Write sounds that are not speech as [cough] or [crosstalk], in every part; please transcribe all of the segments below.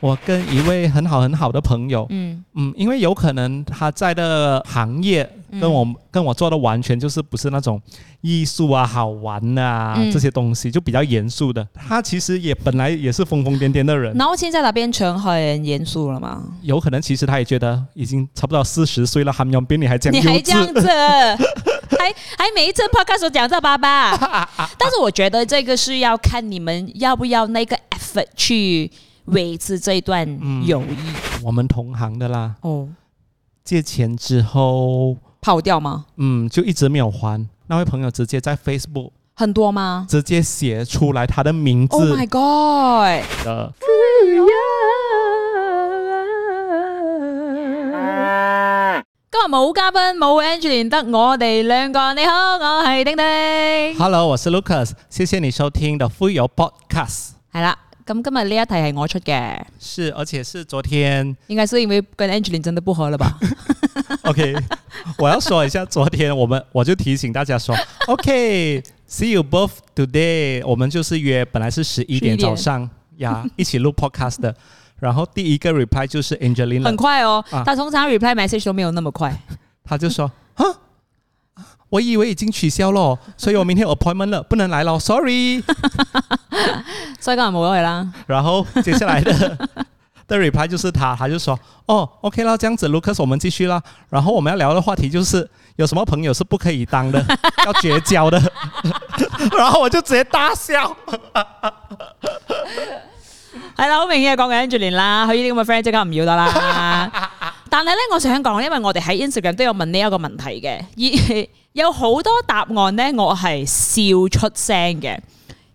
我跟一位很好很好的朋友，嗯嗯，因为有可能他在的行业嗯跟我、跟我做的完全就是不是那种艺术啊、好玩啊、嗯这些东西，就比较严肃的。他其实也本来也是疯疯癫癫的人，然后现在他变成很严肃了嘛？有可能其实他也觉得已经差不多四十岁了，韩永斌你还这你样幼还这样稚，子， [laughs] 还还每一次 podcast 都讲这爸爸，但是我觉得这个是要看你们要不要那个 effort 去维持这段友谊、我们同行的啦，哦。借钱之后，跑掉吗？嗯，就一直没有还。那位朋友直接在 Facebook 很多吗直接写出来他的名？Oh 字 my god！的，今日冇嘉賓，冇 Angeline，得我哋兩個。你好，我係丁丁。係 Hello，我是 Lucas，谢谢你收听的富有 Podcast，啦，咁今日呢一題係我出嘅，是，而且是昨 [laughs] 天應該是因為跟 Angeline 真的不合了吧？ ，OK，我要说一下，昨天我们我就提醒大家 [laughs] 说，OK，see、you both today，我们就是约本来是十一点11点早上呀， [laughs] 一起录 Podcast 的，然后第一个 reply 就是 Angelina，很快哦，啊但通常 reply message 都沒有那麼快。他就说：“啊，我以为已经取消了，所以我明天有 appointment 了，不能来了，sorry。所以今日冇咗佢啦。”然后接下来 [laughs] 的的 reply 就是他，他就说：“哦，OK 啦，这样子，Lucas，我们继续啦。然后我们要聊的话题就是有什么朋友是不可以当 [laughs] 的，要绝交 [laughs] 的。”然后我就直接大笑。係啦，好明顯係講緊 Angeline 啦，佢呢啲咁嘅 friend 即刻唔要得啦。但係咧，我想講，因為我哋喺 Instagram 都有問呢一個問題嘅，而 [laughs] 有好多答案咧，我係笑出聲嘅。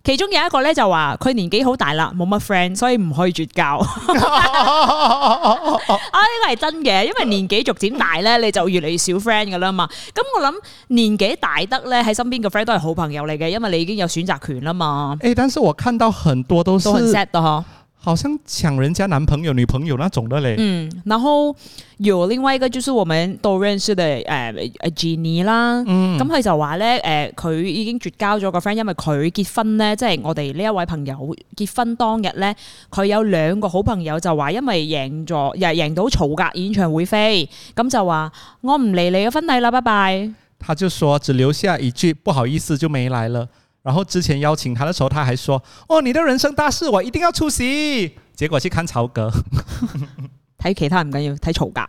其中有一個咧就話佢年紀好大啦，冇乜 friend，所以唔可以絕交。啊，呢個係真嘅，因為年紀逐漸大咧，你就越嚟越少 friend 噶啦嘛。咁我諗年紀大得咧，喺身邊嘅 friend 都係好朋友嚟嘅，因為你已經有選擇權啦嘛，哎，但是我看到很多都是都很 sad 咯嗬。好像抢人家男朋友、女朋友那种的嘞。嗯，然后有另外一个就是我们都认识的誒誒 Jenny 啦，嗯咁佢、就話咧誒佢已經絕交咗個 friend，因為佢結婚咧，即係我哋呢一位朋友結婚當日咧，佢有兩個好朋友就話因為贏咗又贏到曹格演唱會飛，咁就話我唔嚟你嘅婚禮啦，拜拜。他就说只留下一句不好意思就没来了。然后之前邀请他的时候，他还说：“哦，你的人生大事我一定要出席。”结果去看曹格，睇其他唔緊要，睇曹 [laughs] 格，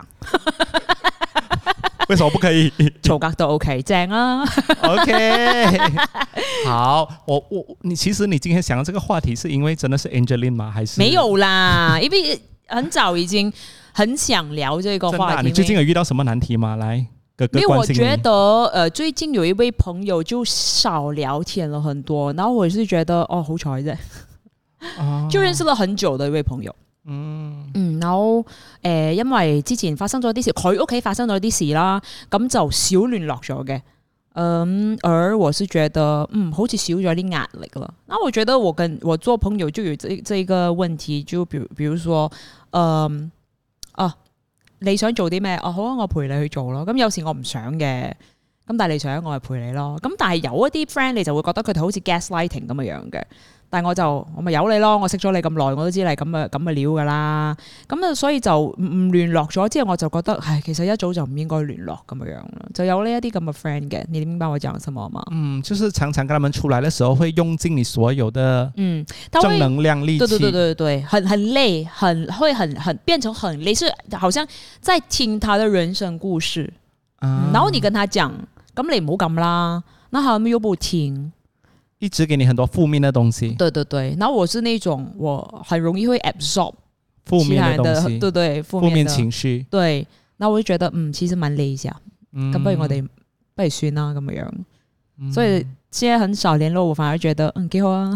为什么不可以曹格都 OK，正啊。 ？OK，好，我我你其实你今天想到这个话题，是因为真的是 Angeline 吗？还是没有啦，因为很早已经很想聊这个真的啊、话题。你最近有遇到什么难题吗？来，哥哥因为关我心觉你。得，呃，最近有一位朋友就少聊天了很多，然后我是觉得，哦，好彩啫，啊 [laughs] 就认识了很久的一位朋友。嗯嗯，然後誒、呃因為之前發生咗啲事，佢屋企發生咗啲事啦，咁就少聯絡咗嘅。嗯，而我是覺得，嗯，好似少咗啲壓力啦。那我覺得我跟我做朋友就有這這一個問題，就比如比如說，嗯，啊，你想做啲咩？哦、好啊，我陪你去做咯。咁有時我唔想嘅，咁但係你想，我咪陪你咯。咁但係有一啲 friend 你就會覺得佢哋好似 gaslighting 咁嘅樣嘅。但係我就我咪由你咯，我識咗你咁耐，我都知你係咁嘅咁嘅料㗎啦。咁啊，所以就唔唔聯絡咗之後，我就覺得唉，其實一早就唔應該聯絡咁樣樣啦。就有呢一啲咁嘅 friend 嘅，你明白我講什麼嗎？嗯，就是常常跟他们出来的时候，会用尽你所有的嗯，他正會能量力气。对对对对对，很很累，很会很很變成很累，是好像在聽他的人生故事。啊然後你跟他講，咁你唔好咁啦，那他們又不聽。一直给你很多负面的东西，对对对，然后我是那种我很容易会 absorb 负其他面人东西，对对负负面的情绪。对，那我就觉得嗯，其实蛮累一下，咁咁、不如我哋不如算啦咁样。嗯所以现在很少联络，我反而觉得嗯几好 [laughs] 啊。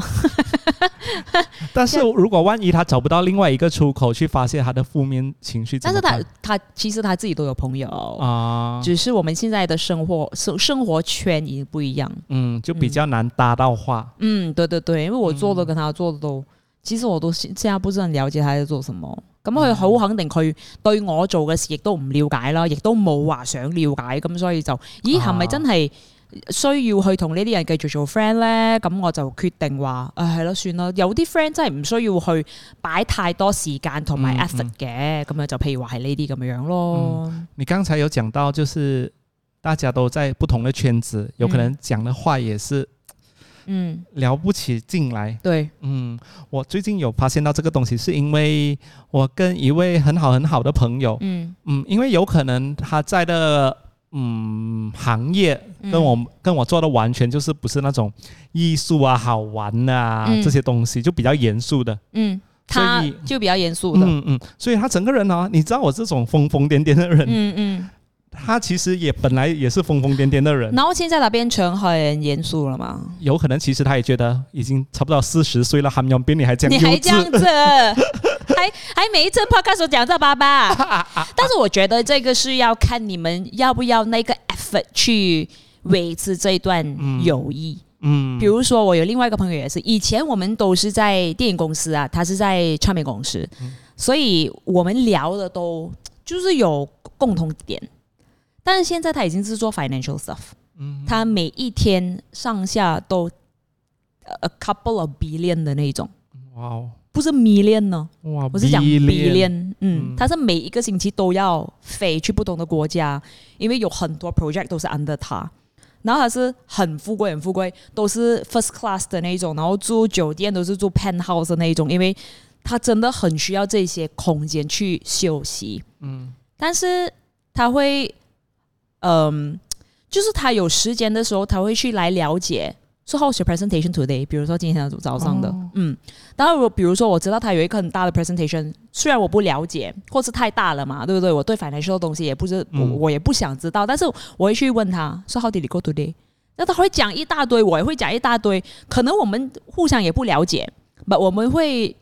但是如果万一他找不到另外一个出口去发泄他的负面情绪，但是怎他么他其实他自己都有朋友，办啊，只是我们现在的生活生生活圈已经不一样。嗯，就比较难搭到话。嗯，对对对，因为我做嗯的跟他做的都，其實我都現現在不是很了解他在做什麼。咁佢嗯好肯定佢對我做嘅事亦都唔了解啦，亦都冇話想了解，咁所以就，咦啊係咪真係需要去同呢啲人繼續做 friend 咧，咁我就決定話，誒係咯，算啦。有啲 friend 真係唔需要去擺太多時間同埋嗯嗯 effort 嘅，咁樣就譬如話係呢啲咁樣樣咯。你刚才有讲到，就是大家都在不同的圈子，有可能讲的话也是嗯，聊不起劲来。對，嗯，我最近有发现到这个东西，是因为我跟一位很好很好的朋友，嗯，嗯，因为有可能他在的嗯行业嗯跟我、跟我做的完全就是不是那种艺术啊、好玩啊、嗯这些东西，就比较严肃的。嗯，所他以就比較嚴肅的，嗯嗯，所以他整个人啊，你知道我这种疯疯癫癫的人，嗯嗯。他其实也本来也是疯疯癫癫的人，然後現在那邊成很嚴肅了嘛？有可能其实他也觉得已经差不多四十岁了，韩永斌你还这你样幼还这样稚，子， [laughs] 还还每一次 podcast 讲这 [laughs] 爸爸，但是我觉得这个是要看你们要不要那个 effort 去维持这一段友谊。嗯比如说，我有另外一个朋友也是，以前我们都是在电影公司啊，他是在唱片公司，嗯所以我们聊的都就是有共同点。但是现在他已经是做 financial stuff，嗯他每一天上下都呃 a couple of billion 的那一种，哇哦不是 million 呢、哇，我是讲 B 哦恋 billion，嗯，嗯他是每一个星期都要飞去不同的国家，因为有很多 project 都是 under 他，然后他是很富贵很富贵，都是 first class 的那一种，然后住酒店都是住 penthouse 的那一种，因为他真的很需要这些空间去休息，嗯但是他会，嗯、就是他有时间的时候，他会去来了解。So how's your presentation today？比如说今天早上的，哦嗯，当然我比如说我知道他有一个很大的 presentation，虽然我不了解，或是太大了嘛，对不对？我对 financial 的东西也不是，我嗯我也不想知道，但是我会去问他，So how did it go today？那他会讲一大堆，我也会讲一大堆，可能我们互相也不了解，but 我们会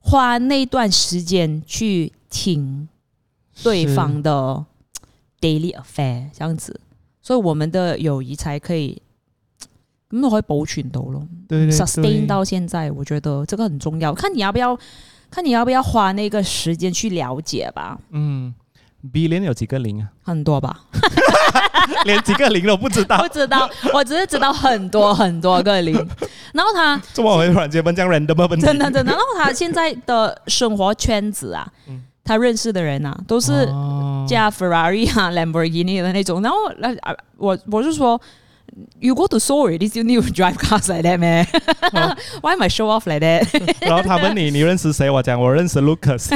花那段时间去听对是方的 daily affair 这样子，所以我们的友谊才可以咁都可以保存到咯对对对，sustain 到现在，我觉得这个很重要，看你要不要，看你要不要花那个时间去了解吧，嗯 B 恋有几个零 [laughs] 啊？很多吧，连几个零都不知道不，知道，我只是知道很多很多个零， [laughs] 然后他。怎么我会突然间问这样 random 的问题？真的真的。然后他现在的生活圈子啊，嗯他认识的人啊，都是哦驾 Ferrari 啊、Lamborghini 的那种。然后那啊我我就说。You go to Seoul, did you need to [laughs] drive cars like that, man? 哦 [laughs] Why am I show off [laughs] like that？然后他问你你认识谁？我讲我认识 [laughs] Lucas。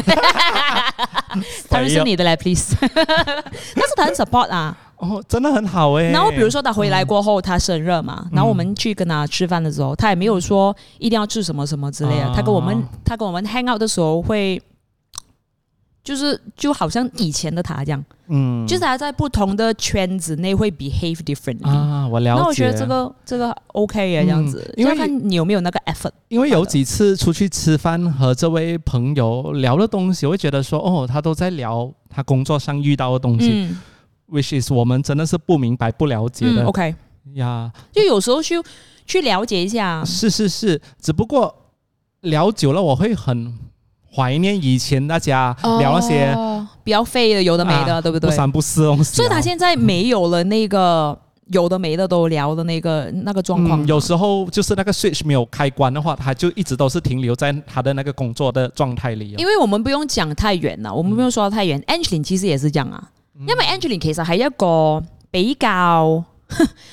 他认谁识呀你的嘞，please。但是他很 support 啊。哦，真的很好哎、然后比如说他回来过后，他生日嗯嘛，然后我们去跟他吃饭的时候，他也没有说一定要吃什么什么之类的啊。他跟我们他跟我们 hang out 的时候会，就是就好像以前的他这样，嗯，就是他在不同的圈子内会 behave differently。啊，我了那解。我觉得这个这个 OK 耶，这样子，嗯因为就要看你有没有那个 effort。因为有几次出去吃饭和这位朋友聊的东西，我会觉得说，哦，他都在聊他工作上遇到的东西、嗯 w h i c h is 我们真的是不明白、不了解嗯的、 ，OK，呀。就有时候去去了解一下。是是是，只不过聊久了，我会很怀念以前大家聊那些哦比较废的，有的没的，啊对不不对？三不四的东西啊、所以他现在没有了那个有的没的都聊的那个那个状况、嗯，有时候就是那个 switch 没有开关的话，他就一直都是停留在他的那个工作的状态里、哦。因为我们不用讲太远啦，我们不用说得太远。Angeline 其實也是這樣啊，因為 Angeline 其實係一個比 [laughs] 較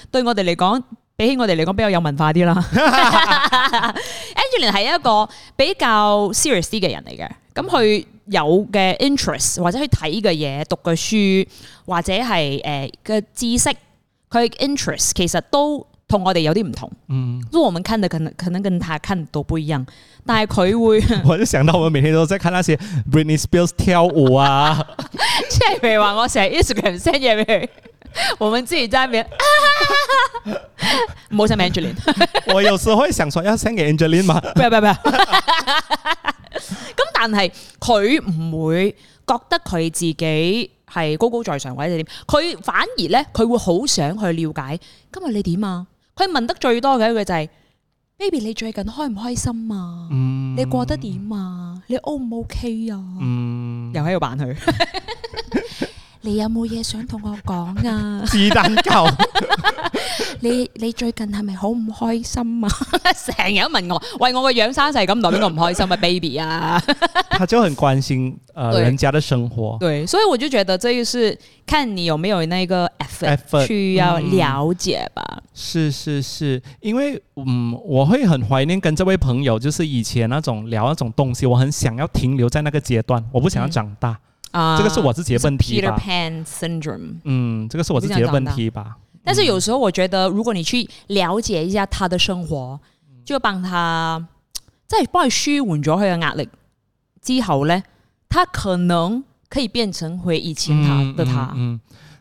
對我哋嚟講，比起我哋嚟講比較有文化啲啦。Angeline 係一個比較 serious 啲嘅人嚟嘅，咁佢有嘅 interest 或者佢睇嘅嘢、讀嘅書或者係誒嘅知識，佢嘅 interest 其實都同我哋有啲唔同。嗯，如果我們看的可能可能跟他看的都不一樣，但係佢會。我就想到我们每天都在看那些 Britney Spears 跳舞啊。即系譬如话我成日 Instagram send 嘢 [laughs] 俾佢，我们自己在 [laughs] 那边，唔好 send Angeline，我有时候会想说要 send 给 Angeline 嘛，不要不要不要。咁但系佢唔會覺得佢自己係高高在上或者點，佢反而咧佢會好想去了解今日你點啊？佢問得最多嘅一句就係 baby 你最近開唔開心啊？嗯你過得點啊？你 O 唔 OK 啊？嗯，又喺度扮佢。你有冇嘢想同我講啊？雞蛋糕， [laughs] 你你最近係咪好唔開心啊？ [laughs] 成日都問我，喂，我個樣生就係咁，代表我唔開心啊，baby 啊！他就很關心呃对人家的生活。对，所以我就觉得这就是看你有没有那个 effort, Effort，去要嗯了解吧。是是是，因为嗯，我会很怀念跟这位朋友，就是以前那种聊那种东西，我很想要停留在那个阶段，我不想要嗯长大，啊、这个是我自己的问题 Peter 吧。 Pan syndrome。嗯，这个是我自己不的想长问大题吧。但是有时候我觉得，如果你去了解一下他的生活，就幫他即係幫佢舒緩咗佢嘅壓力之後咧，他可能可以變成回以前他的他。嗯，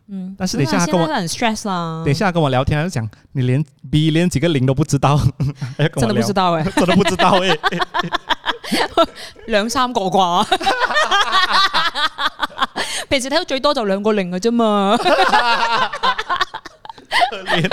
嗯，但是等一下他因為跟我現在嗯很 stress 啦，等一下他跟我聊天，他就讲你连 B 连几个零都不知道， [laughs] 还要跟真我的不聊知，道诶、 [laughs] 欸真的不知道哎。兩三個啩。 [laughs] 平時睇到最多就兩個零嘅啫嘛，可 [laughs] 憐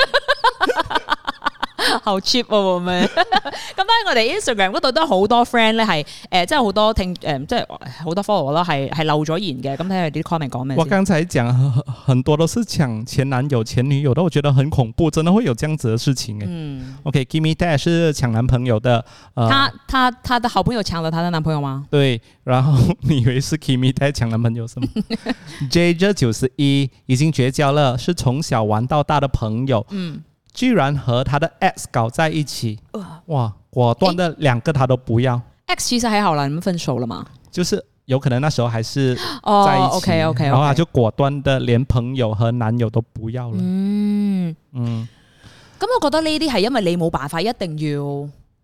好 cheap 啊我咪。 [laughs] 咁當然我哋 Instagram 嗰度都好多 friend 咧係誒，即係好多聽誒、即係好多 follow 啦，係係漏咗言嘅。咁睇下啲 comment 講咩我先。刚才讲很很多都是抢前男友、前女友的，我觉得很恐怖，真的会有这样子的事情哎。嗯， OK，Gimme、Dad 是抢男朋友的，呃，她她她的好朋友抢了她的男朋友吗？ [laughs] 对，然后你以为是 Kimi 在抢男朋友 [laughs] 是吗？J 这九十一已经绝交了，是从小玩到大的朋友，嗯，居然和他的 X 搞在一起，哇，果断的两个他都不要， X 其实还好啦，你们分手了嘛？就是有可能那时候还是在一哦起啊，OK OK，然后他就果断的连朋友和男友都不要了，嗯，嗯咁我覺得呢啲係因為你冇辦法，一定要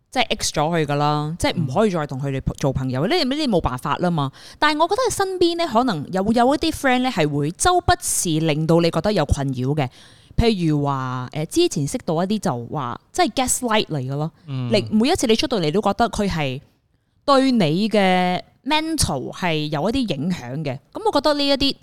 即係 X 咗佢噶啦，即係唔可以再同佢哋做朋友，呢呢啲冇辦法啦嘛。但係我覺得身邊咧，可能有有一啲 friend 咧係會周不時令到你覺得有困擾嘅。譬如話誒、之前識到一啲就話即係 gaslight 嚟嘅咯，你每一次你出到嚟都覺得佢係對你嘅 mental 係有一啲影響嘅。咁我覺得呢一啲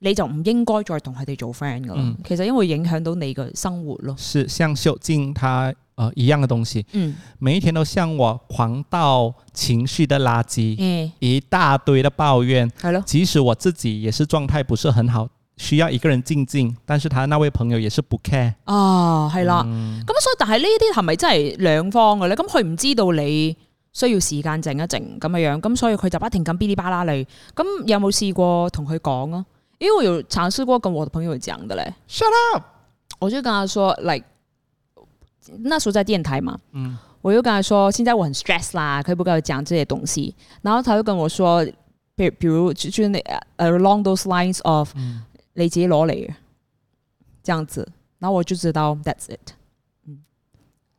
你就唔應該再同佢哋做 friend 噶啦。嗯其實因為影響到你嘅生活咯。是像秀静她呃一样的东西，嗯。每一天都向我狂倒情绪的垃圾，嗯，一大堆的抱怨。系咯，即使我自己也是状态不是很好，需要一个人静静，但是他那位朋友也是不 care。啊，系啦，嗯咁所以但係呢啲係咪真係兩方嘅咧？咁佢唔知道你需要時間靜一靜咁嘅樣，咁所以佢就不停咁哔哩吧啦你。咁有冇試過同佢講啊？因為我有嘗試過跟我的朋友講的嘞。 Shut up！我就跟他说，like 那时候在电台嘛，嗯我就跟他说，现在我很 stress 啦，可以不跟我讲这些东西。然后他就跟我说，比比如就就那呃 along those lines of、嗯你自己攞嚟嘅，这样子。然后我就知道 that's it，嗯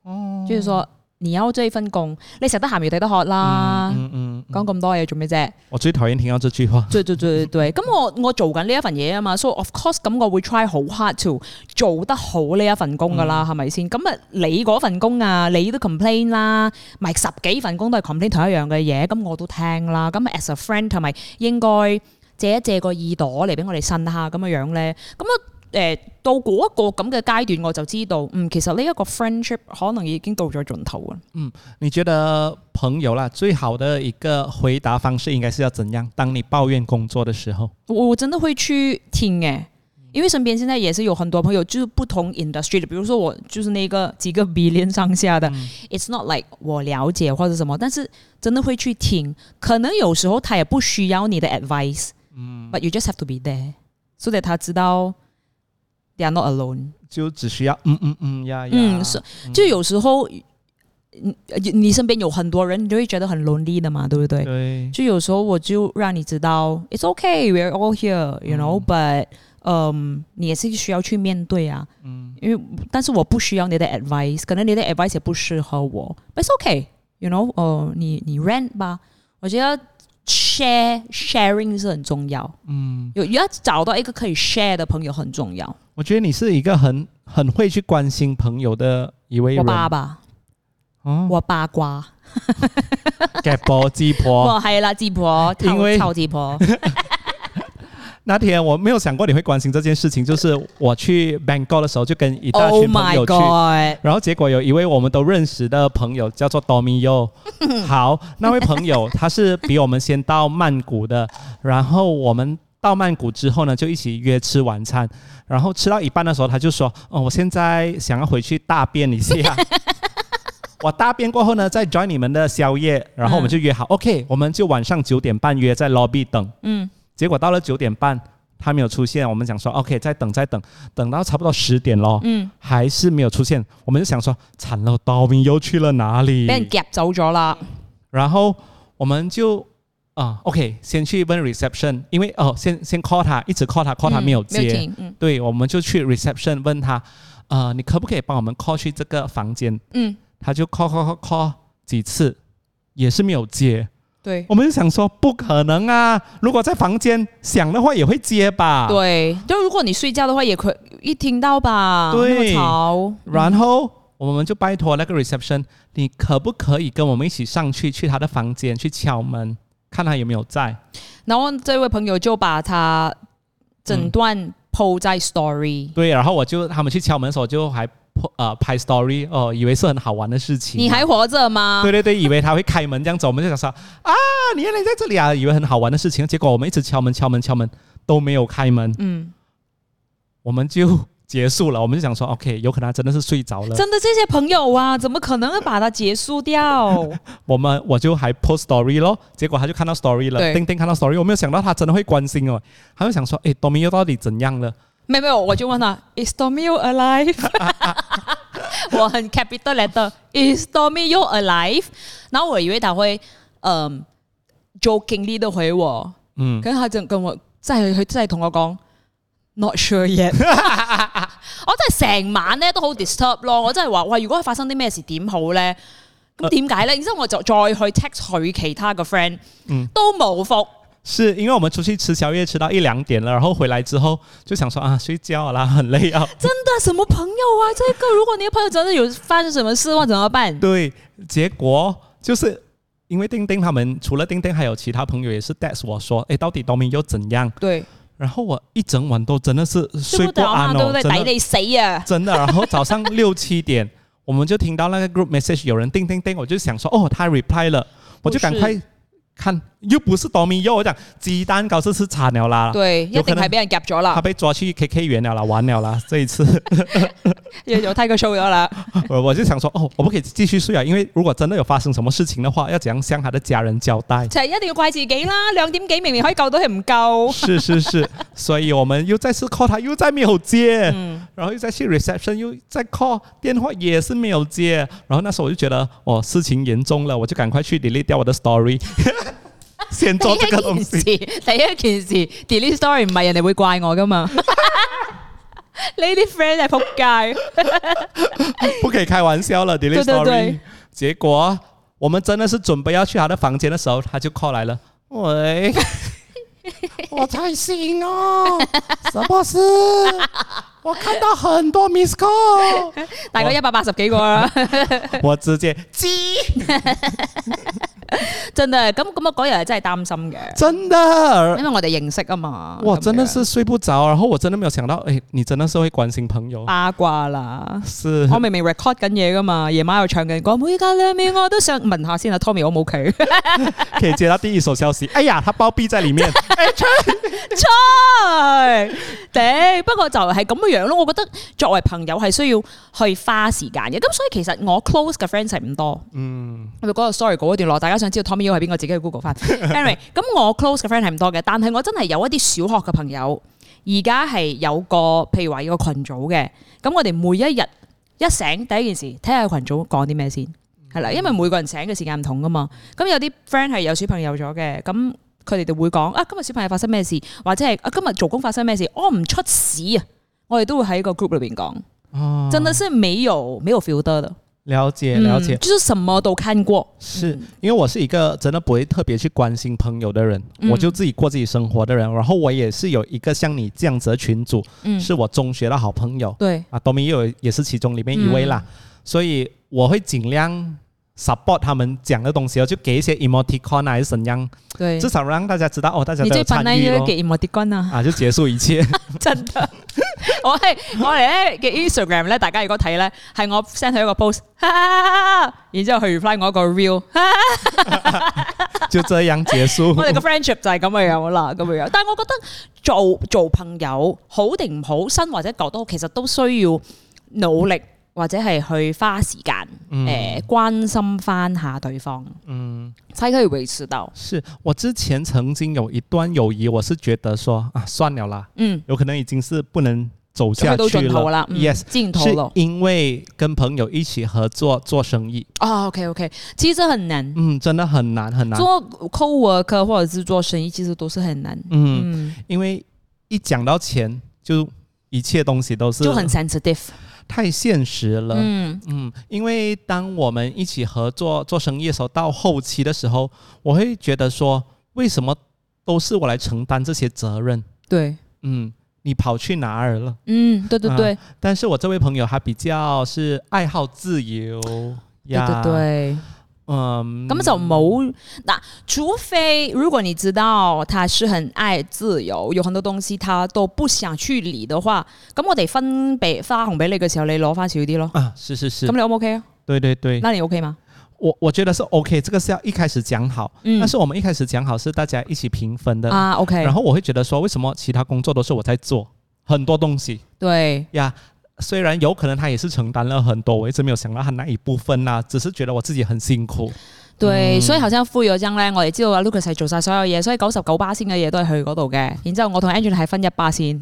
哦就是说你要这一份工，你食得鹹魚抵得渴啦。嗯嗯嗯講咁多嘢做咩啫？我最讨厌听到这句话。對對對對，咁我我做緊呢一份嘢啊嘛，so of course 咁我會 try 好 hard to 做得好呢一份工噶啦，係咪先？咁啊，你嗰份工啊，你都 complain 啦，咪十幾份工都係 complain 同一樣嘅嘢，咁我都聽啦。咁 as a friend 係咪應該借一借個耳朵嚟俾我哋呻下咁嘅樣咧？咁啊誒、到嗰一個咁嘅階段，我就知道，嗯，其實呢一個 friendship 可能已經到咗盡頭啦。你觉得朋友啦，最好的一个回答方式应该是要怎样？当你抱怨工作的时候，我我真的会去听诶、因为身边现在也是有很多朋友，就是不同 industry 的，比如说我就是那个几个 billion 上下嗯的、i t s not like 我了解或者什么，但是真的会去听，可能有时候他也不需要你的 advice，b 嗯 u t you just have to be there，so that 他知道 they are not alone。就只需要嗯嗯嗯呀呀。嗯，是，就有时候你你身边有很多人，你就会觉得很 lonely 的嘛，对不对？对，就有时候我就让你知道，it's okay, we're all here, you know,、but 嗯，你也是需要去面对啊，嗯因为但是我不需要你的 advice，可能你的 advice 也不适合我，but it's okay, you know，呃，你你 rent 吧，我觉得 share sharing 是很重要，嗯，有要找到一个可以 share 的朋友很重要，我觉得你是一个很很会去关心朋友的一位我人。爸爸，哦，我八卦，给波鸡婆。 [laughs] 我系啦，自婆，因臭为臭自婆，那天我没有想过你会关心这件事情，就是我去 Bangkok 的时候，就跟一大 Oh 群朋 my 友去 god，然后结果有一位我们都认识的朋友叫做 Domio，好，那位朋友他是比我们先到曼谷的，然后我们到曼谷之后呢，就一起约吃晚餐。然后吃到一半的时候，他就说：“哦，我现在想要回去大便一下。”我大便过后呢，再 join 你们的宵夜。然后我们就约好、o k 我们就晚上九点半约在 lobby 等。嗯，结果到了九点半，他没有出现。我们讲说，OK，再等，再等，等到差不多十点咯，嗯，还是没有出现。我们就想说，惨了，道明又去了哪里？俾人夾走咗啦。然后我们就啊、o k 先去问 reception，因为哦，先先 call 他，一直 call 他，call 他嗯没有接，停嗯对，我们就去 reception 问他，呃，你可不可以帮我们 call 去这个房间？嗯，他就 call call call call 几次，也是没有接。对。我们就想说，不可能啊！如果在房间响的话，也会接吧？。对，就如果你睡觉的话，也可一听到吧，对那么吵，然后我们就拜托那个 reception，你可不可以跟我们一起上去，去他的房间去敲门，看他有没有在？然后这位朋友就把他整段 PO 在 Story，、对，然后我就他们去敲门的时候，就还 po- 呃拍 story，哦、以为是很好玩的事情。你还活着吗？啊 [laughs] 对对对，以为他会开门这样子，我们就想说啊，你原来在这里啊，以为很好玩的事情，结果我们一直敲门敲门敲门都没有开门，嗯，我们就结束了。我们就想说，OK，有可能他真的是睡着了。真的这些朋友啊，怎么可能会把它结束掉？我们我就还 post story 咯，结果他就看到 story 了，对丁丁看到 story，我没有想到他真的会关心哦，他就想说，诶 d o m i n 到底怎样了？没有没有，我就问他，Is Domio alive？我很 capital letter，Is Domio alive？然后我以为他会嗯 jokingly 的回我，嗯，跟他就跟我即係佢真係同我講 not sure yet。我真係成晚咧都好 disturb 咯，我真係話喂，如果發生啲咩事點好咧？呃咁點解咧？然之後我就再去 text 佢其他嘅 friend，、嗯都冇復。是因为我们出去吃宵夜吃到一两点了，然后回来之后就想说啊，睡觉啦， [laughs] 很累 [laughs] 啊。真的什麼朋友啊？這個如果你嘅朋友真的有發生什麼事，我怎麼辦？对，结果就是因为丁丁他们除了丁丁，还有其他朋友也是 text 我说，诶，到底 d o m i n 又怎样？對，然后我一整晚都真的是睡對不不得啊，安對不哦，對？真的抵你死啊！ [laughs] 真的。然后早上六七点，我们就听到那个 group message 有人叮叮叮，我就想说哦，他 reply 了，我就不是赶快看，又不是 Domino，我讲鸡蛋糕是吃惨了啦，對，一有可定能係俾人夾咗啦他，被抓去 KK 园了啦，完了啦，这一次 [laughs] 又又睇佢 show 咗啦。？我我就想说哦，我不可以继续睡啊，因为如果真的有发生什么事情的话，要怎样向他的家人交代就係一定要怪自己啦，兩點幾明明可以救到佢 [laughs] 唔夠。是是是，所以我们又再次 call 他，又再没有接，嗯。然后又再去 reception，又再 call 电话也是没有接。然后那时候我就觉得，哦，事情严重了，我就赶快去 delete 掉我的 story，先做这个东第一西。件事，第一件事，delete story 唔係人哋會怪 [laughs] 我噶嘛？你啲 friend 係仆街，不可以开玩笑了，delete 对对 story。对结果我们真的是准备要去他的房间的时候，他就 call 来了，喂， [laughs] 我才醒哦，什么 [laughs] 事？我看到很多 miss call，大概一百八十幾個啦，我直接鸡，真係咁咁我嗰日係真係擔心嘅，真的因。為我哋認識啊嘛。哇，咁樣真的是睡不着，然后我真的没有想到，哎，你真的是会关心朋友，八卦啦！是我明明 record 緊嘢噶嘛，夜晚又唱緊歌，每隔兩秒我都想問下先啊，Tommy 好冇佢可以接到第一手消 [laughs] 息。哎呀，他包庇在里面，吹頂。不過就係咁嘅樣咯，我覺得作為朋友係需要去花時間嘅，咁所以其實我 close 嘅 friend 係唔多。嗯，咪嗰個 sorry 嗰段落，大家想知道 Tommy U 係邊個，自己去 Google 翻。Anyway，咁我 close 嘅 friend 係唔多嘅，但係我真係有一啲小學嘅朋友，而家係有個譬如話有個群組嘅，咁我哋每一日一醒第一件事睇下群組講啲咩先，係啦，因為每個人醒嘅時間唔同噶嘛。咁有啲 friend 係有小朋友咗嘅，咁佢哋就會講啊，今日小朋友發生咩事，或者係啊今日做工發生咩事，我唔出屎啊！我哋都會喺個 group 裏邊講，哦，真的是沒有沒有 feel 得的， [laughs] 了解了解嗯，就是什麼都看過。是因为我是一个真的不会特别去关心朋友的人，嗯我就自己过自己生活的人，然后我也是有一个像你这样子的群组，嗯，是我中学的好朋友對。啊，多米又有也是其中里面一位啦，嗯所以我会尽量 support 他们讲的东西哦，就给一些 emoticon 啊还是怎样，对，至少让大家知道哦，大家你都有最参笨咧与咯。嘅 emoticon 啊， [laughs] 啊，[laughs] 就结束一切。真噶！我係我哋咧嘅 Instagram 咧，大家如果睇咧，係我 send 佢一個 post，哈哈哈哈然之後佢 reply 我一個 real，哈哈就这样结束 [laughs] [laughs] 我。哋個 friendship 就係咁嘅樣啦，咁嘅樣。但係我覺得做做朋友好定唔好，新或者舊都好，其實都需要努力或者係去花時間誒、嗯呃關心翻下對方，嗯，才可以維持到。是我之前曾经有一段友谊，我是覺得说啊，算了啦，嗯，有可能已經是不能走咁下去到去盡頭了。啦、嗯 Yes，盡頭是咯。因為跟朋友一起合作做生意，啊，OK OK，其實很難。嗯，真的很難很難。做 co-worker 或者是做生意，其實都是很難，嗯，嗯，因為一講到錢，就一切東西都是就很 sensitive，太現實了。嗯，嗯，因為當我們一起合作做生意的時候，到後期的時候，我會覺得說，為什麼都是我來承擔這些責任？對，嗯，你跑去哪兒了？嗯，對對對，但是我這位朋友他比較是愛好自由對對啊呀，對，嗯，咁就冇嗱，除非如果你知道他是很愛自由，有很多東西他都不想去理的話，咁我哋分俾花紅俾你嘅時候，你攞翻少啲咯。啊，是是是咁，你 O 唔 OK 啊？對對對，那你 OK 嗎？我我覺得是 OK，這個是要一開始講好，嗯但是我們一開始講好是大家一起平分的，啊，OK，然後我會覺得說，為什麼其他工作都是我在做，很多東西。對，呀，虽然有可能他也是承担了很多，我一直没有想到他那一部分啦、只是觉得我自己很辛苦。對，嗯所以頭先 f u 嗰張咧，我哋知道阿 Lucas 係做晒所有嘢，所以九十九巴仙嘅嘢都係去嗰度嘅。然之後我同 Angela 係分一巴仙，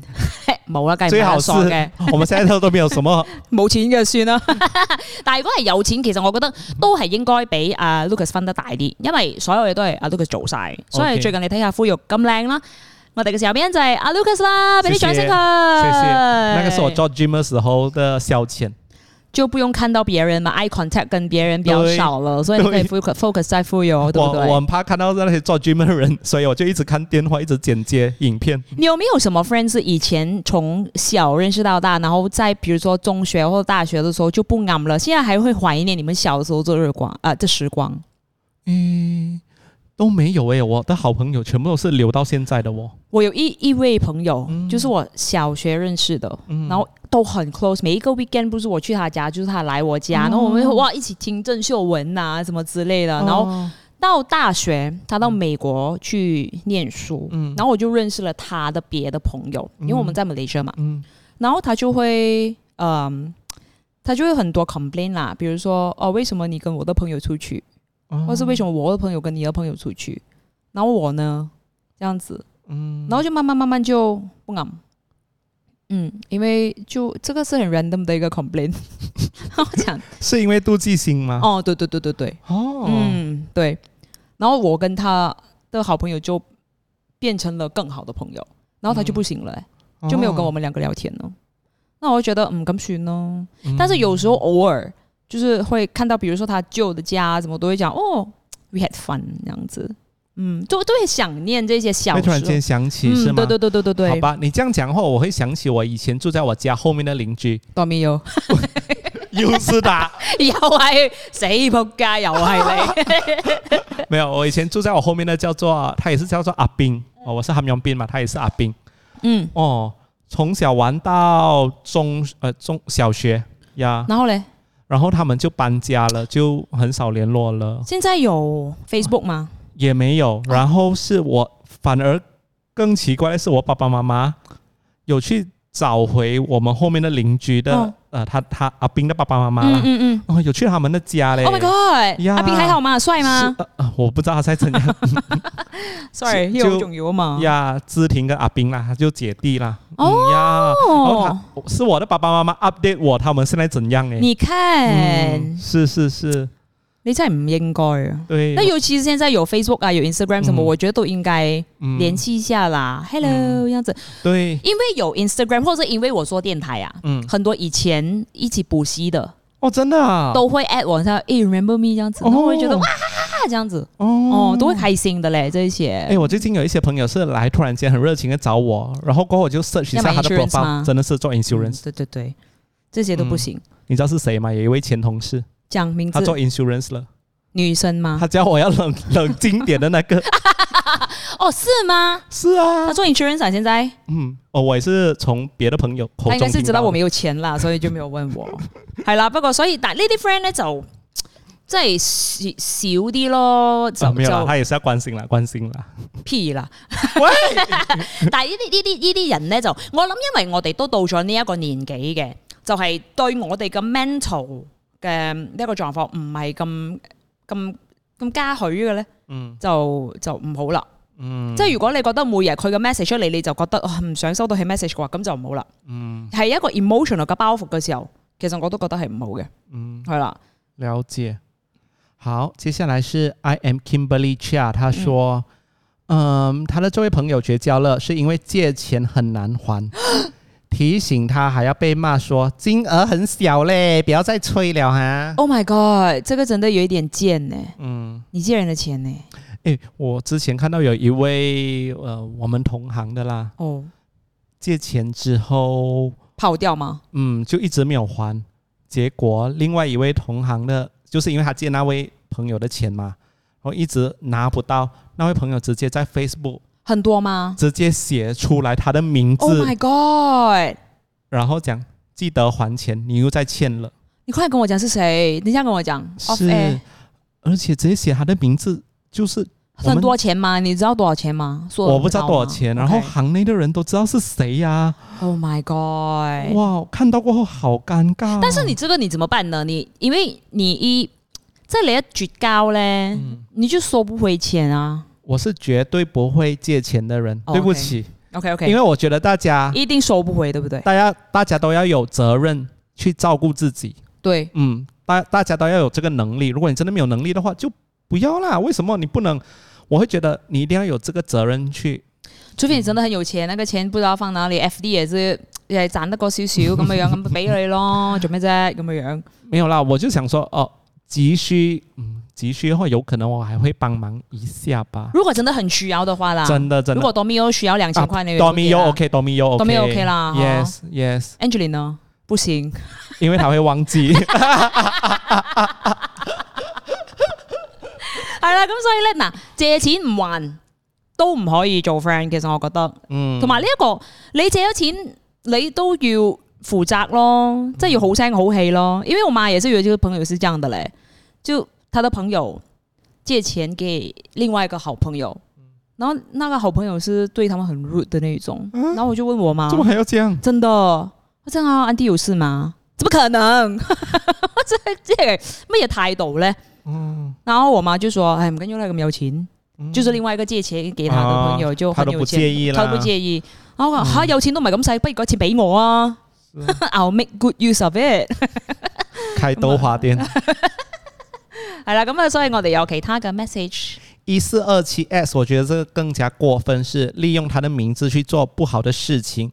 冇啦，梗係最唔好係是傻嘅， [laughs] 我們现在都都没有什 [laughs] 麼，冇錢嘅算啦。 [laughs] 但係如果係有錢，其實我覺得都係應該俾阿 Lucas 分得大啲，因為所有嘢都係阿 Lucas 做晒。所以 OK 最近你睇下 f u 咁靚啦，我哋嘅時候邊就係阿 Lucas 啦，俾啲謝謝掌聲佢。謝謝那個是我做 gym 的時候的消遣。就不用看到別人嘛，eye contact 跟別人比較對少了，所以你可以 focus focus 在 f u 對不對我我？很怕看到那些做 gym 的人，所以我就一直看電話，一直剪接影片。你有没有什么 friend 是以前从小认识到大，然后在比如说中学或者大学的时候就不安了，现在还会怀念你们小时候这日光啊、这时光？嗯，都没有诶、我的好朋友全部都是留到現在的哦。我有一一位朋友，嗯就是我小学认识的，然后都很 close，每一个 weekend 不是我去他家，就是他来我家，然后我们会哇一起听郑秀文呐、什么之类的，然后哦哦到大学，他到美国去念书，嗯然后我就认识了他的别的朋友，因为我们在马来西亚嘛，嗯然后他就会，嗯，他就会很多 complain 啦，比如说，哦，为什么你跟我的朋友出去，哦或是为什么我的朋友跟你的朋友出去，然后我呢，这样子，嗯然后就慢慢慢慢就不昂，嗯，因为就这个是很 random 的一个 [laughs] complain，然后 [laughs] 讲，是因為妒忌心嗎？哦，对对对对对，哦，嗯，对，然后我跟他的好朋友就变成了更好的朋友，然后他就不行了、欸就没有跟我哦。们两个聊天了。那我就觉得，嗯，咁算咯。嗯但是有时候偶尔就是会看到，比如说他旧的家，怎么都会讲，哦，we had fun 这样子，嗯，都都会想念这些小会时突候然。間想起是嗎嗯，对？对对对对好对吧，你这样讲的话，我会想起我以前住在我家后面的邻居，Domino 又是他。 [laughs] 又系死仆街，又系你，没有，我以前住在我后面的叫做他也是叫做阿斌哦，我是韩永斌嘛，他也是阿斌 [laughs] 嗯，哦。从小玩到中呃中小学呀，然后嘞，然后他们就搬家了，就很少联络了，现在有 Facebook 吗？也没有。然后是我反而更奇怪的是，我爸爸妈妈有去找回我们后面的邻居的、哦呃，他他阿斌的爸爸妈妈啦嗯，嗯嗯哦，有去他们的家嘞。 ，Oh my God，呀阿斌还好吗？帅是吗呃呃我不知道他在怎样？Sorry，就因为好重要啊嘛。呀，志婷跟阿斌啦，他就姐弟啦。哦嗯呀，然后哦，他是我的爸爸妈妈 update 我，他们现在怎样哎？你看，嗯，是是是，你真系唔應該啊！对那，尤其是现在有 Facebook 啊，有 Instagram 什么，嗯我觉得都应该嗯联系一下啦。Hello，嗯这样子，对，因为有 Instagram 或者因为我做电台啊，嗯，很多以前一起补习的哦，真的啊，都会 at 我一下，诶、r e m e m b e r me 这样子，然后我会觉得、哇，这样子，哦哦，都会开心的嘞，这哎，些。我最近有一些朋友是来，突然间很热情的找我，然后过后我就 search 一下要买他的 insurance 吗 profile，真的是做 insurance，嗯对对对，这些都不行。你知道是谁吗？有一位前同事，讲名嗯他字，做 insurance 了，女生吗？他叫我要冷冷静点的那 [laughs] 个，哦，是吗？是啊她，做 insurance 啊，现在嗯，哦，我也是从别的朋友口他中应该是聽知道到我的 [laughs] 没有钱啦，所以就没有问我。系啦，不過所以但呢啲 friend 咧就即係少少啲咯，就啊没有啦，就他也是要关心啦，关心啦。屁啦。喂， [laughs] 但係呢啲呢啲呢啲人咧，就我諗，因為我哋都到咗呢一個年紀嘅，就係、對我哋嘅 mental 嘅呢一個狀況唔係咁咁咁嘉許嘅咧，嗯就就唔好啦。嗯，即係如果你覺得每日佢嘅 message 出嚟，你就覺得啊唔、想收到佢 message 嘅話，咁就唔好啦。嗯係一個 emotional 嘅包袱嘅時候，其實我都覺得係唔好嘅，嗯，係啦。了解。好，接下来是 I am Kimberly Chia，他说，嗯，他的这位朋友绝交了，是因为借钱很难还。提醒他还要被骂说金额很小嘞，不要再催了哈。 Oh my god，這個真的有一點賤呢、嗯，你借人的錢呢、诶，我之前看到有一位呃我们同行的啦，哦，借钱之后，泡掉嗎？嗯，就一直没有还。结果另外一位同行的，就是因为他借那位朋友的钱嘛，然后一直拿不到，那位朋友直接在 Facebook 很多嗎直接写出来他的名字， ？Oh my god！然后讲记得还钱，你又再欠了。你快跟我讲是谁？你这样跟我讲，off 是 air，，而且直接写他的名字，就是我很们多钱吗？你知道多少钱吗？说我不知道多少钱，然后 OK 行内的人都知道是谁呀、 Oh my god！哇，看到过后好尴尬。但是你这个你怎么办呢？你因为你一这里一绝交嘞，嗯你就收不回钱啊。我是绝对不会借钱的人，哦对不 OK 起 OK 因 OK，为啊我觉得大家一定收不回，对不对？大家大家都要有责任去照顾自己，对，嗯，大大家都要有这个能力。如果你真的没有能力的话，就不要啦。为什么你不能？我会觉得你一定要有这个责任去，除非你真的很有錢，那個錢不知道放哪裡，FD 也是又係賺得過少少咁嘅樣，咁俾你咯，做咩啫咁嘅樣？没有啦。我就想说，哦，急需，嗯，急需的话，有可能我还会帮忙一下吧。如果真的很需要的話啦，真的啊真啊如的果 Domio 需要兩千塊，你 d o m i o OK，d o m i o OK，d Domio OK 啦哈 y e s Yes， Angeline 呢？不行。因为他会忘 [laughs] 记。系啦，咁所以咧嗱，借錢唔還都唔可以做 friend。其實我覺得，嗯，同埋呢一個你借咗錢，你都要負責咯，嗯即係要好聲好氣咯。因為我媽也是有一個朋友是這樣的嘞，就她的朋友借錢給另外一個好朋友，嗯然後那個好朋友是對他們很 rude 的那一種，然後我就問我媽怎么，还要这 [laughs] 样？真的，我真啊，安迪有事嗎？怎麼可能？ [laughs] 即係即係乜嘢態度咧？嗯，然后我妈就说：“哎，唔紧要啦，咁有錢，嗯就是另外一個借錢給他的朋友就他很都有不錢，介意啦，嗯他都不介意。然後我話吓有錢都唔係咁使，不如嗰錢俾我啊 [laughs] ，I'll make good use of it。开兜花店。係啦，咁啊，所以我哋有其他嘅 message。一四二七 S，我觉得这个更加过分，是利用他的名字去做不好的事情，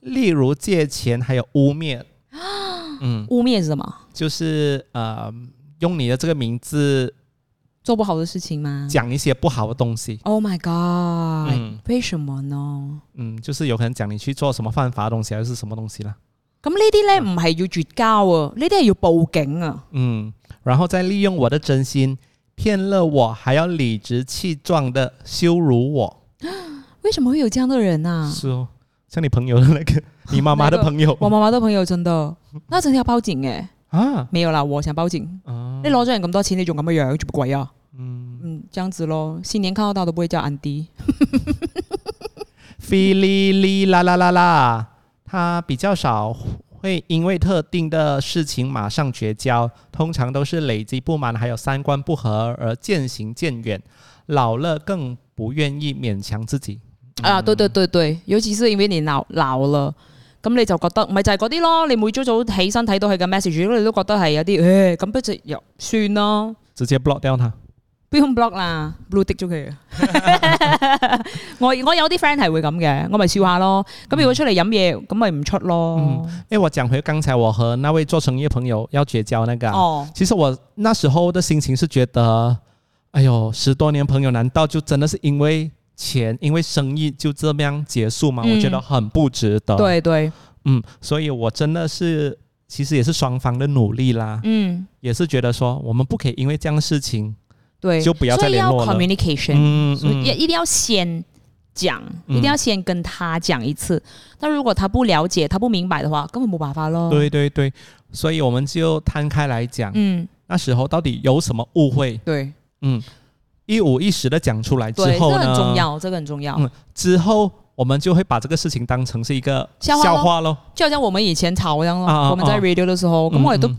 例如借钱，还有污 [gasps] 蔑。嗯，污蔑是什么？就是呃，用你的这个名字做不好的事情嗎讲一些不好的东西。 ？Oh my god！、嗯為什麼呢？嗯，就是有可能讲你去做什么犯法的东西，还是什么东西啦。咁呢啲咧唔係要絕交啊，呢啲係要報警啊！嗯，然后再利用我的真心骗了我，还要理直气壮的羞辱我。為什麼會有這樣的人啊？是哦，像你朋友的那个，你妈妈的朋友我媽媽的朋友真的，那真係要報警嘅。啊，沒有啦，我想報警。啊你攞咗人咁多錢，你仲咁嘅樣，做乜鬼啊？嗯。嗯，这样子咯。新年看到大家都不会叫安迪。菲哩哩啦啦啦啦，他比较少会因为特定的事情马上绝交，通常都是累积不满还有三观不合而渐行渐远，老了更不愿意勉强自己。啊，对对對對，尤其是因為你鬧鬧啦，咁你就覺得咪就係嗰啲咯。你每朝早起身睇到佢嘅 message，如果你都覺得係有啲，誒咁不就又算咯，直接 block 掉他。不用 block 啦，blue 滴咗佢。 [laughs] 我我有啲 friend 係會咁嘅，我咪笑下咯。咁如果出嚟飲嘢，咁咪唔出咯。哎，我讲回刚才我和那位做生意的朋友要绝交那个、啊，哦，其实我那时候的心情是觉得，哎呦，十多年朋友，难道就真的是因为钱、因为生意就这么样结束吗？我觉得嗯很不值得。對對，嗯，所以我真的是，其实也是双方的努力啦，嗯也是觉得说我们不可以因为这样的事情，對，就不要再所以聯要絡了 communication。嗯所以嗯一定要先讲，嗯一定要先跟他讲一次。但如果他不了解，他不明白的话，根本冇办法咯。对对对，所以我们就摊开来讲，嗯嗯，那时候到底有什么误会？对嗯，一五一十的讲出来之对，这后个很重呢，要，这个很重要。嗯之后我们就会把这个事情当成是一个笑话咯话咯。就好像我們以前吵咁樣啊啊咯，我們在啊 radio 嘅時候，咁我哋都嗯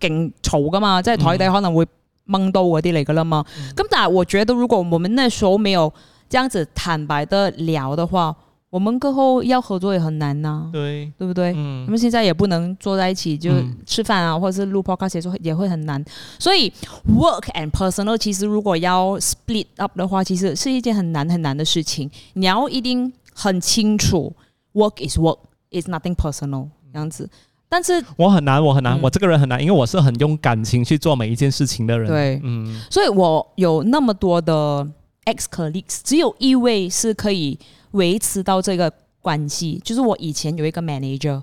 勁嘈噶嘛，即係台底可能會掹刀嗰啲嚟噶啦嘛。嗯咁但係我覺得，如果我們那時候沒有這樣子坦白的聊的話，我們過後要合作也很難呐、嗯对，對不對？我嗯们現在也不能坐在一起就嗯吃飯啊，或者是錄 podcast 也是會也會很難。所以 work and personal 其實如果要 split up 的話，其實是一件很難很難的事情。你要一定很清楚，work is work，is nothing personal 这樣子。但是我很难，我很难，嗯我这个人很难，因为我是很用感情去做每一件事情的人。对嗯所以我有那么多的 ex colleagues，只有一位是可以维持到这个关系，就是我以前有一个 manager，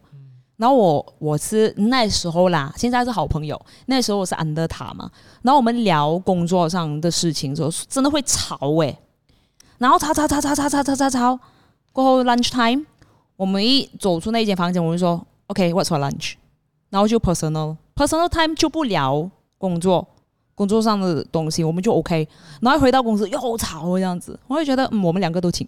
然后我我是那时候啦，现在是好朋友，那时候我是 under 他嘛，然后我们聊工作上的事情的时候，真的会吵诶、然后吵吵吵吵吵吵吵吵吵，过后 lunch time，我们一走出那间房间，我就说 OK，what's、for lunch？然后就 personal personal time 就不聊工作，工作上的东西，我们就 OK。然后一回到公司又吵这样子，我会觉得嗯，我们两个都挺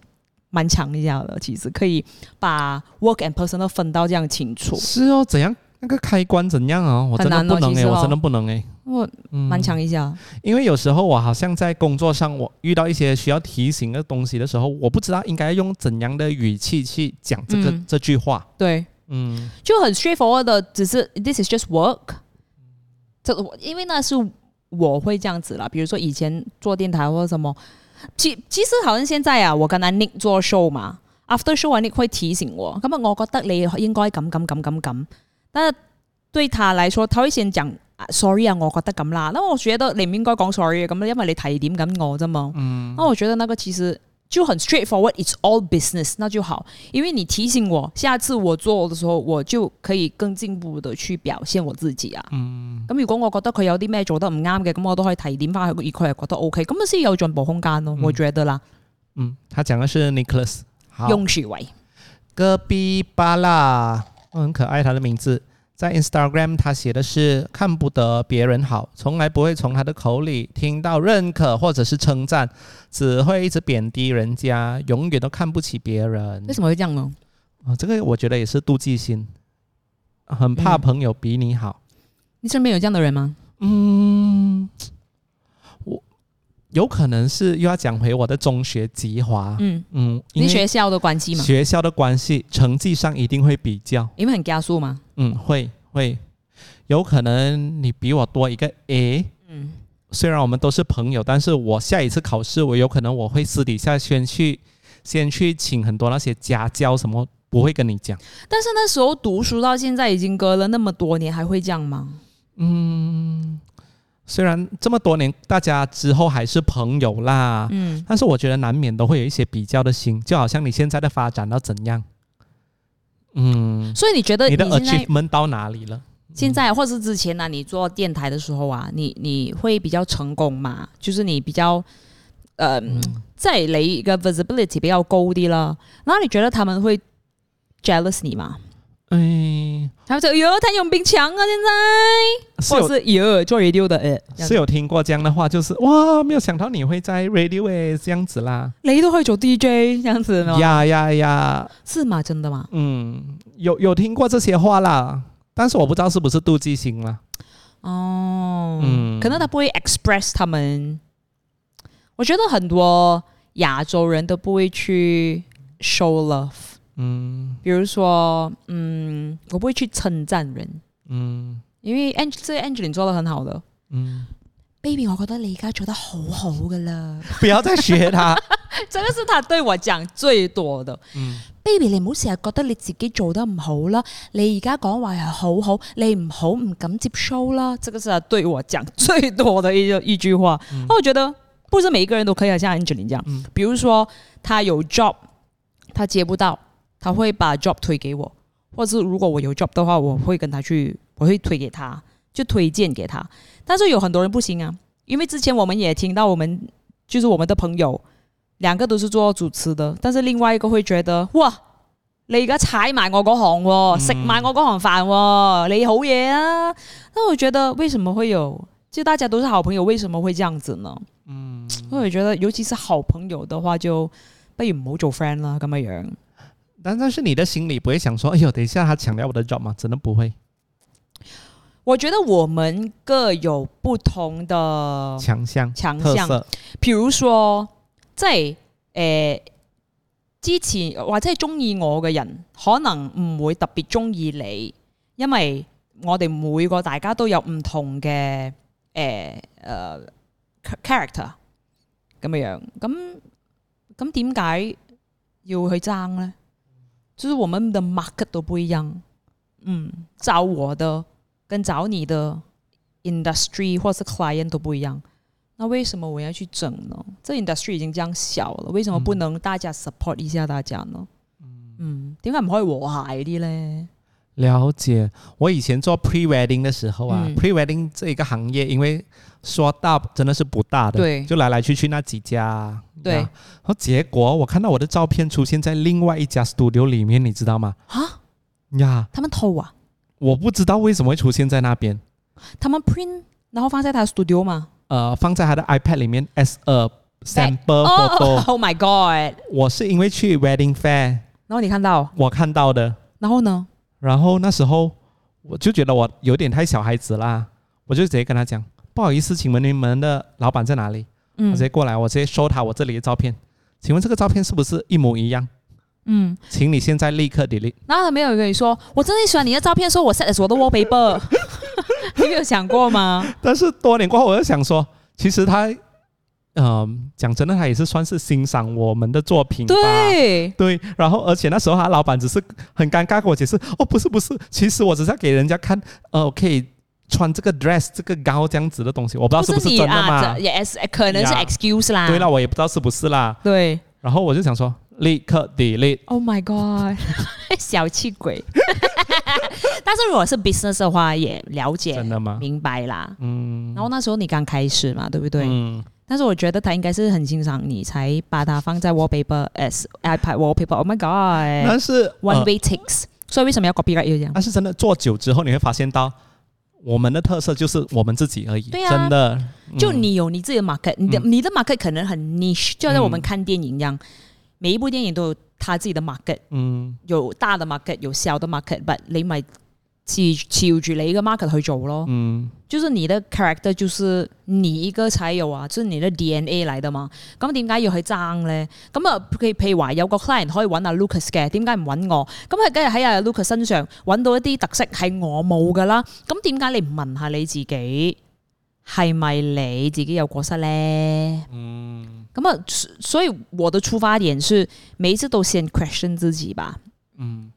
蛮强一下的，其实可以把 work and personal 分到这样清楚，是哦，怎样那个开关怎样啊？我真的很难不哦能其诶，实哦我真的不能诶。我嗯蛮强一下。因为有时候我好像在工作上，我遇到一些需要提醒的东西的时候，我不知道应该用怎样的语气去讲这个、嗯这句话。对，嗯，就很 straightforward 的，只是 this is just work。这我因为那是我会这样子啦，比如说以前做电台或者什么，其其实好像现在啊，我跟阿 Nick 做 show 嘛，after show 啊 Nick 会提醒我，咁啊，我覺得你應該咁咁咁咁咁，但係對他嚟說，他會先講啊 sorry 啊，我覺得咁啦，那我覺得你唔應該講 sorry 嘅咁，因為你提點緊我啫嘛。那我覺得那個其實就很 straightforward，it's all business，那就好。因为你提醒我，下次我做的时候，我就可以更进步的去表现我自己啊。嗯咁、如果我覺得佢有啲咩做得唔啱嘅，咁我都可以提點翻佢，而佢係覺得 O K，咁啊先有進步空間咯。我覺得啦，嗯，他讲的是 Nicholas，好，用詞為戈壁巴拉，我很可爱他的名字。在 Instagram，他写的是看不得别人好，从来不会从他的口里听到认可或者是称赞，只会一直贬低人家，永远都看不起别人。為什麼會這樣呢？啊、这个我觉得也是妒忌心，很怕嗯朋友比你好。你身邊有這樣的人嗎？嗯，我有可能是又要讲回我的中学吉华，嗯，嗯，因你为學校的關係嘛，学校的关系，成绩上一定会比较，因為很加速嘛。嗯，会会，有可能你比我多一个 A，嗯，虽然我们都是朋友，但是我下一次考试，我有可能我会私底下先去先去请很多那些家教什么，不会跟你讲。但是那時候讀書到現在已經隔了那麼多年，還會這樣嗎？嗯，虽然这么多年大家之后还是朋友啦，嗯，但是我觉得难免都会有一些比较的心，就好像你现在的发展到怎样，嗯，所以呃你覺得你的現在 achievement 到哪里了？现在或是之前呢、啊你做电台的时候啊，你你会比较成功嘛？就是你比较，呃，嗯即系你嘅 visibility 比较高啲啦。然后你觉得他们会 jealous 你吗？哎，他们说：“哎呦，谭咏斌强啊，现是在，或有者是哎呦做 radio 的，诶、这样是有听过这样的话，就是哇，没有想到你会在 radio 诶这样子啦，你都可以做 DJ 这样子吗？呀呀呀，是吗？真的吗？嗯，有有听过这些话啦，但是我不知道是不是妒忌心啦，哦，嗯可能他不会 express 他们。我觉得很多亚洲人都不会去 show love。” 嗯比如说，嗯，我不会去称赞人，嗯因为 Ang 这 Angeline 做的很好的嗯， ，baby，我觉得你而家做得好好噶啦，不要再学他， [laughs] [laughs] 这个是他对我讲最多的。嗯 baby，你唔好成日觉得你自己做得唔好啦，你而家讲话系好好，你唔好唔敢接收啦，这个是他对我讲最多的嗯一一句话。那、我觉得不是每一个人都可以像 Angeline 这样，嗯比如说他有 job，他接不到，他会把 job 推给我，或是如果我有 job 的话，我会跟他去，我会推给他，就推荐给他。但是有很多人不行啊，因为之前我们也听到我们就是我们的朋友两个都是做主持的，但是另外一个会觉得哇。你而家踩埋我嗰行嗯喎，食埋我嗰行飯喎，你好嘢啊！那我覺得為什麼會有其实大家都是好朋友，为什么会这样子呢？嗯，所以我觉得，尤其是好朋友的话，就不如唔好做 friend 啦，咁嘅样。但但是你的心里不会想说，哎呦，等一下他抢掉我的 job 吗？真的不会，我觉得我们各有不同的强项、强特项，色，譬如說，即係诶、呃之前或者係中意我嘅人，可能唔會特別中意你，因為我哋每個大家都有唔同嘅诶诶 character 咁樣样，咁咁點解要去爭呢？就是我們的 market 都不一樣，嗯，找我的跟找你的 industry 或是 client 都不一樣。那为什么我要去整呢？这 industry 已经这样小了，为什么不能大家 support 一下大家呢？嗯，点解唔可以和谐啲咧？了解，我以前做 pre wedding 的时候啊、嗯 p r e wedding 这一个行业，因为说大真的是不大的，对就来来去去那几家，对呀然后结果我看到我的照片出现在另外一家 studio 里面，你知道吗？啊，呀，他们偷啊，我不知道为什么会出现在那边，他们 print 然后放在他的 studio 嘛？呃，放在他的 iPad 里面 as a sample 哦 photo，、 [laughs] ，Oh my God！我是因为去 wedding fair 然后你看到，我看到的，然后呢？然后那时候我就觉得我有点太小孩子啦，我就直接跟他讲，不好意思，请问你们的老板在哪里？我嗯直接过来，我直接收他我这里的照片。请问这个照片是不是一模一样？嗯，请你现在立刻 delete。然后他没有跟你说，我真的喜欢你的照片，说我 set 的是我的 wallpaper，你有想过吗？但是多年过后，我就想说，其实他，嗯、讲真的，他也是算是欣赏我们的作品吧。对，对，然后而且那时候他老板只是很尴尬跟我解释，哦，不是不是，其实我只是要给人家看，呃，我可以穿这个 dress 这个高这样子的东西，我不知道是不是你真的嘛。啊，这啊也是可能是呀 excuse 啦。对了，我也不知道是不是啦。对。然后我就想说，立刻 delete。 Oh my god！小 [laughs] 气鬼。 [laughs] 但是如果是 business 的话，也了解真的吗？明白啦。嗯然后那时候你刚开始嘛，对不对？嗯，但是我觉得他应该是很欣赏你，才把它放在 wallpaper as iPad wallpaper。Oh my god！One 但是呃 way takes，所以为什么要 copyright 又这样？但是真的做久之后，你会发现到我们的特色就是我们自己而已。对啊真的，嗯就你有你自己的 market，你的、你的 market 可能很 niche，就像我们看电影一样，每一部电影都有他自己的 market。嗯，有大嘅 market，有小嘅 market，but 你咪朝朝住你嘅 market 去做咯。嗯，就是你的 character 就是你一個才有啊，就是你的 DNA 嚟的嘛。咁點解要去爭咧？咁啊，譬譬如話有個 client 可以揾阿 Lucas 嘅，點解唔揾我？咁啊佢梗係喺阿 Lucas 身上揾到一啲特色係我冇噶啦。咁點解你唔問下你自己係咪你自己有過失咧？嗯，咁啊，所所以我的出發點是每一次都先 question 自己吧。嗯，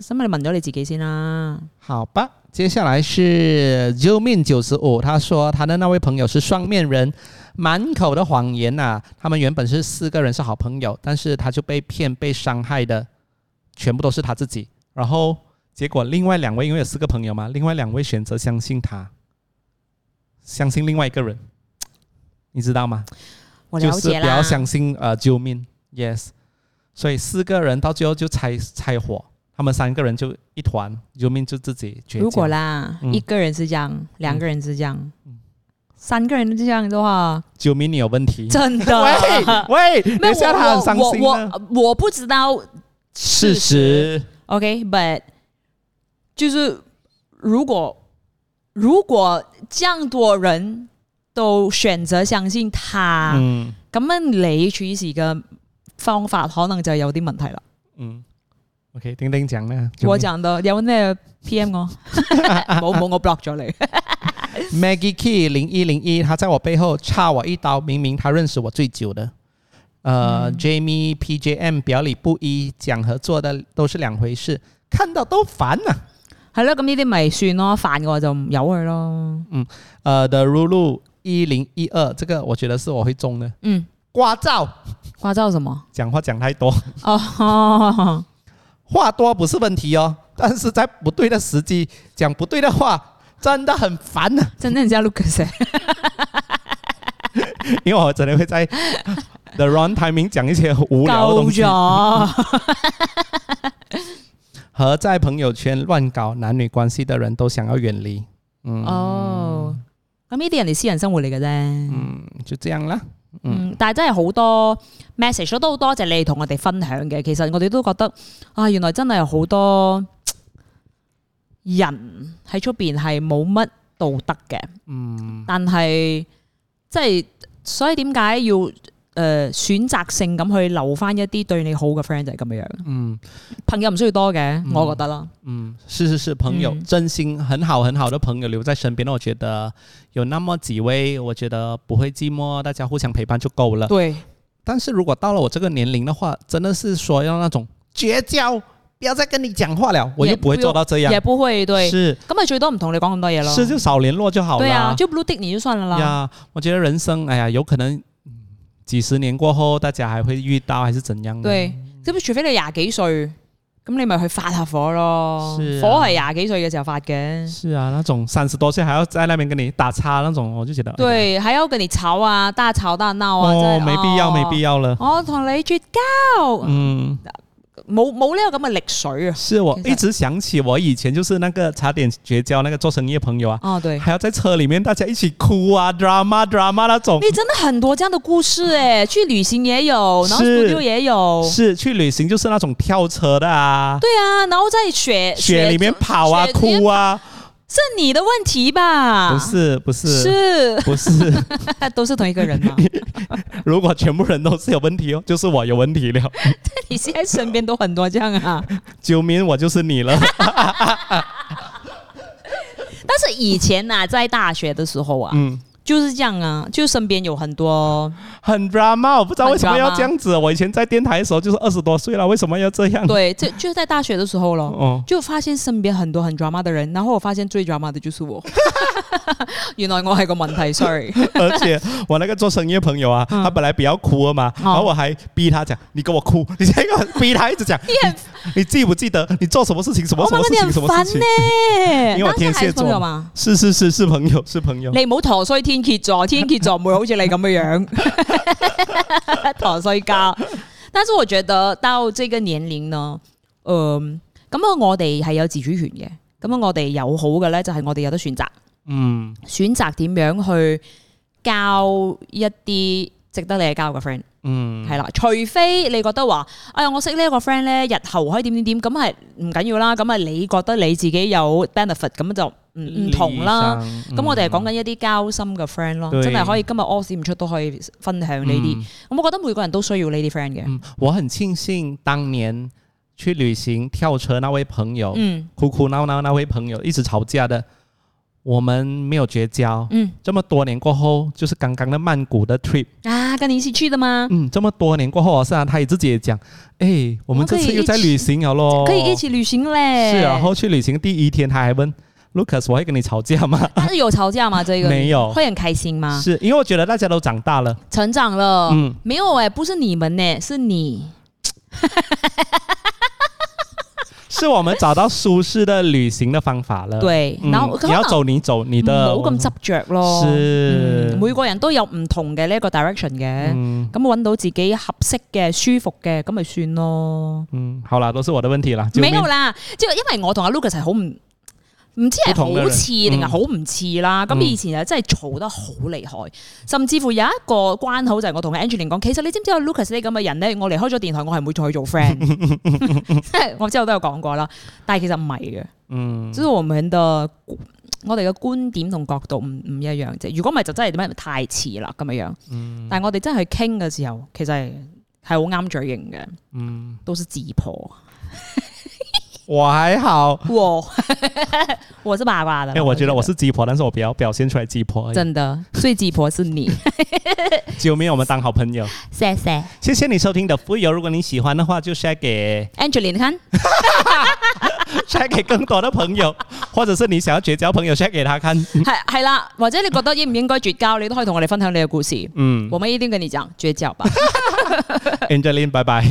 咁你問咗你自己先啦。好吧。接下来是救命九十五，他说他的那位朋友是双面人，满口的谎言呐、他们原本是四个人是好朋友，但是他就被骗被伤害的，全部都是他自己。然后结果另外两位因为有四个朋友嘛，另外两位选择相信他，相信另外一个人，你知道吗？我就了是解不啦。要相信呃救命，yes。所以四个人到最后就拆拆伙，他们三个人就一团，救命就自己决如果定。啦，嗯一个人是这样，两个人是这样，三个人这样的话，救命，你有问题？真的。喂喂， [laughs] 没等有一下我他很伤心啊我呢。我我我不知道事实， ，OK，but、就是如果如果这样多人都選擇相信他，嗯咁、樣你處事嘅方法可能就有啲問題啦。嗯，OK，丁丁讲呢，我讲到有咩 PM [laughs] 我，冇冇我 block 咗你。 [laughs] Maggie Key 零一零一，他在我背后插我一刀，明明他认识我最久的。呃、j 嗯 a m i e PJM 表里不一，讲和做的都是两回事，看到都烦啊呐、系咯，咁呢啲咪算咯，煩嘅話就唔由佢咯。呃的 Rulu 一零一二，这个我觉得是我会中的。嗯，刮噪，掛照什 [laughs] 麼？讲话讲太多，哦，话多不是问题哦，但是在不对的时机讲不对的话，真的很烦啊！真真唔知 Lucas 欸 [laughs] 因为我真的会在 [laughs] the wrong timing 讲一些无聊的夠东西，咗。和嗯在朋友圈乱搞男女关系的人都想要远离。哦，咁呢啲人哋私人生活嚟嘅啫。嗯，就這樣啦。嗯嗯，但係真係好多 message 咯都好多謝你哋同我哋分享嘅。其實我哋都覺得啊，原來真係有好多人喺出邊係冇乜道德嘅，嗯，但係即係所以點解要誒、呃、選擇性咁去留翻一啲對你好嘅 friend 就係咁樣樣。嗯朋友唔需要多嘅，我覺得啦。嗯，是是是，朋友、嗯真心很好很好的朋友留在身邊，我覺得有那麼幾位，我覺得不會寂寞，大家互相陪伴就夠了。對，但是如果到了我這個年齡的話，真的是說要那種絕交，不要再跟你講話了，我也又不會不做用到這樣。也不會對，哎是咁咪最多唔同你講咁多嘢咯。是就少聯絡就好了。對啊，就 blue tick 你就算了啦。呀，我覺得人生，哎呀，有可能嗯幾十年過後，大家還會遇到，還是怎樣呢？對，咁除非你廿幾歲，咁你咪去發下火咯。是啊火係廿幾歲嘅時候發嘅。是啊，那種三十多歲還要在那邊跟你打岔那種，我就覺得，哎呀對，還要跟你吵啊，大吵大鬧啊，哦，真沒必要，沒必要。要了。我同你絕交，啊嗯，冇冇呢個咁嘅力水啊。是我其實一直想起我以前就是那個差點絕交那個做生意的朋友啊，哦，對，還要在車裡面大家一起哭啊，drama drama 那種。你真的很多這樣的故事 [laughs] 誒，去旅行也有，然後是 studio 也有。是去旅行就是那種跳車的啊，對啊，然後在雪雪裡面跑啊雪裡面哭啊，是你的問題吧？不是不是 [laughs] 是 [laughs] 不是，都是同一個人 [laughs] 嘛。如果全部人都是有問題哦，就是我有問題了。你現在身邊都很多這樣啊。救命，我就是你 [laughs] 了。但是以前啊，在大學的時候啊，嗯，就是這樣啊，就身邊有 [laughs] 很多很 drama，我不知道很为什么要 drama 这样子。我以前在电台的时候就是二十多岁了，为什么要这样？對，就就是在大學的時候咯，哦，就發現身邊很多很 drama 的人，然後我發現最 drama 的就 [laughs] 是我，原來我係個問題，sorry，而且我那个做生意的朋友嗯啊，他本来比较哭的嘛，哦然后我还逼他讲，你跟我哭， [laughs] 你这个逼他一直讲，你你记不记得你做什么事情，什么我什媽麼媽事你情，很什麼煩事情 [laughs] 因呢？，為我但天是還蠍是座朋友嘛。是是是是朋友，是朋友。你唔好陀衰天蝎 [laughs] 座，天蝎座唔會好似你咁嘅樣 [laughs] 陀衰家。但是我覺得到這個年齡呢，嗯，咁啊，我哋係有自主權嘅。咁啊，我哋有好嘅咧，就係我哋有得選擇，嗯選擇點樣去交一啲值得你去交嘅 friend，嗯，係啦。除非你覺得話，哎呀，我識呢一個 friend 咧，日後可以點點點，咁係唔緊要啦。咁啊，你覺得你自己有 benefit，咁就唔嗯唔同啦。理想。嗯咁我哋係講緊一啲交心嘅 friend 咯，對真係可以今日 all 屎唔出都可以分享呢啲。嗯咁我覺得每個人都需要呢啲 friend 嘅。嗯，我很慶幸當年去旅行跳車那位朋友，嗯哭哭鬧鬧那位朋友，一直吵架的，我們沒有絕交。嗯，這麼多年過後，就是剛剛的曼谷的 trip，啊，跟你一起去的 [laughs] 嗎？嗯，這麼多年過後啊，是啊，他也自己也講，哎，我們我可這以次又在一起旅行了咯，哦可以一起哎旅行嘞。哦是啊，然後去旅行第一天，他還問 Lucas，我會跟你吵架嗎？但是有吵架嗎？這個沒有會很開心嗎？是因為我覺得大家都長大了，成長了，嗯沒有哎、不是你們呢、是你。是我們找到舒適的旅行的方法了。對，嗯，然後可嗯你能要走你走你唔的，好咁執着咯。是嗯每個人都有唔同嘅呢一個 direction 嘅，嗯咁揾到自己合適嘅、舒服嘅，咁咪算咯。嗯，好啦，都是我的問題啦，救沒命有啦，即係因為我同阿 Lucas 係好唔唔知係好似定係好唔似啦。咁、嗯以前就真係嘈得好厲害，甚至乎有一個關口就係我同阿 Angeline 講，其實你知唔知阿 Lucas 呢啲咁嘅人咧，我離開咗電台，我係唔會再做 friend。即係 [laughs] 我之後都有講過啦，但係其實唔係嘅，嗯即係我們的我哋嘅觀點同角度唔唔一樣啫。如果唔係就真係點解太似啦咁樣樣。嗯但係我哋真係去傾嘅時候，其實係係好啱嘴型嘅，嗯，都是自破。我還好，我 [laughs] 我是八卦的哎、啦，我覺得我是雞婆，但是我不要表現出來雞婆而已。嗯真的最雞婆 [laughs] 是你，救命，我們當好朋友。謝謝謝謝你收聽的富有，如果你喜歡的話，就 share 給 Angeline，你 [laughs] 看 share 給更多的朋友，或者是你想要絕交朋友 share 給他看。係係啦，或者你覺得應唔應該絕交，你 [laughs] 都可以同我哋分享你嘅故事。嗯我們一定跟你講絕交吧。 ，Angeline，拜拜。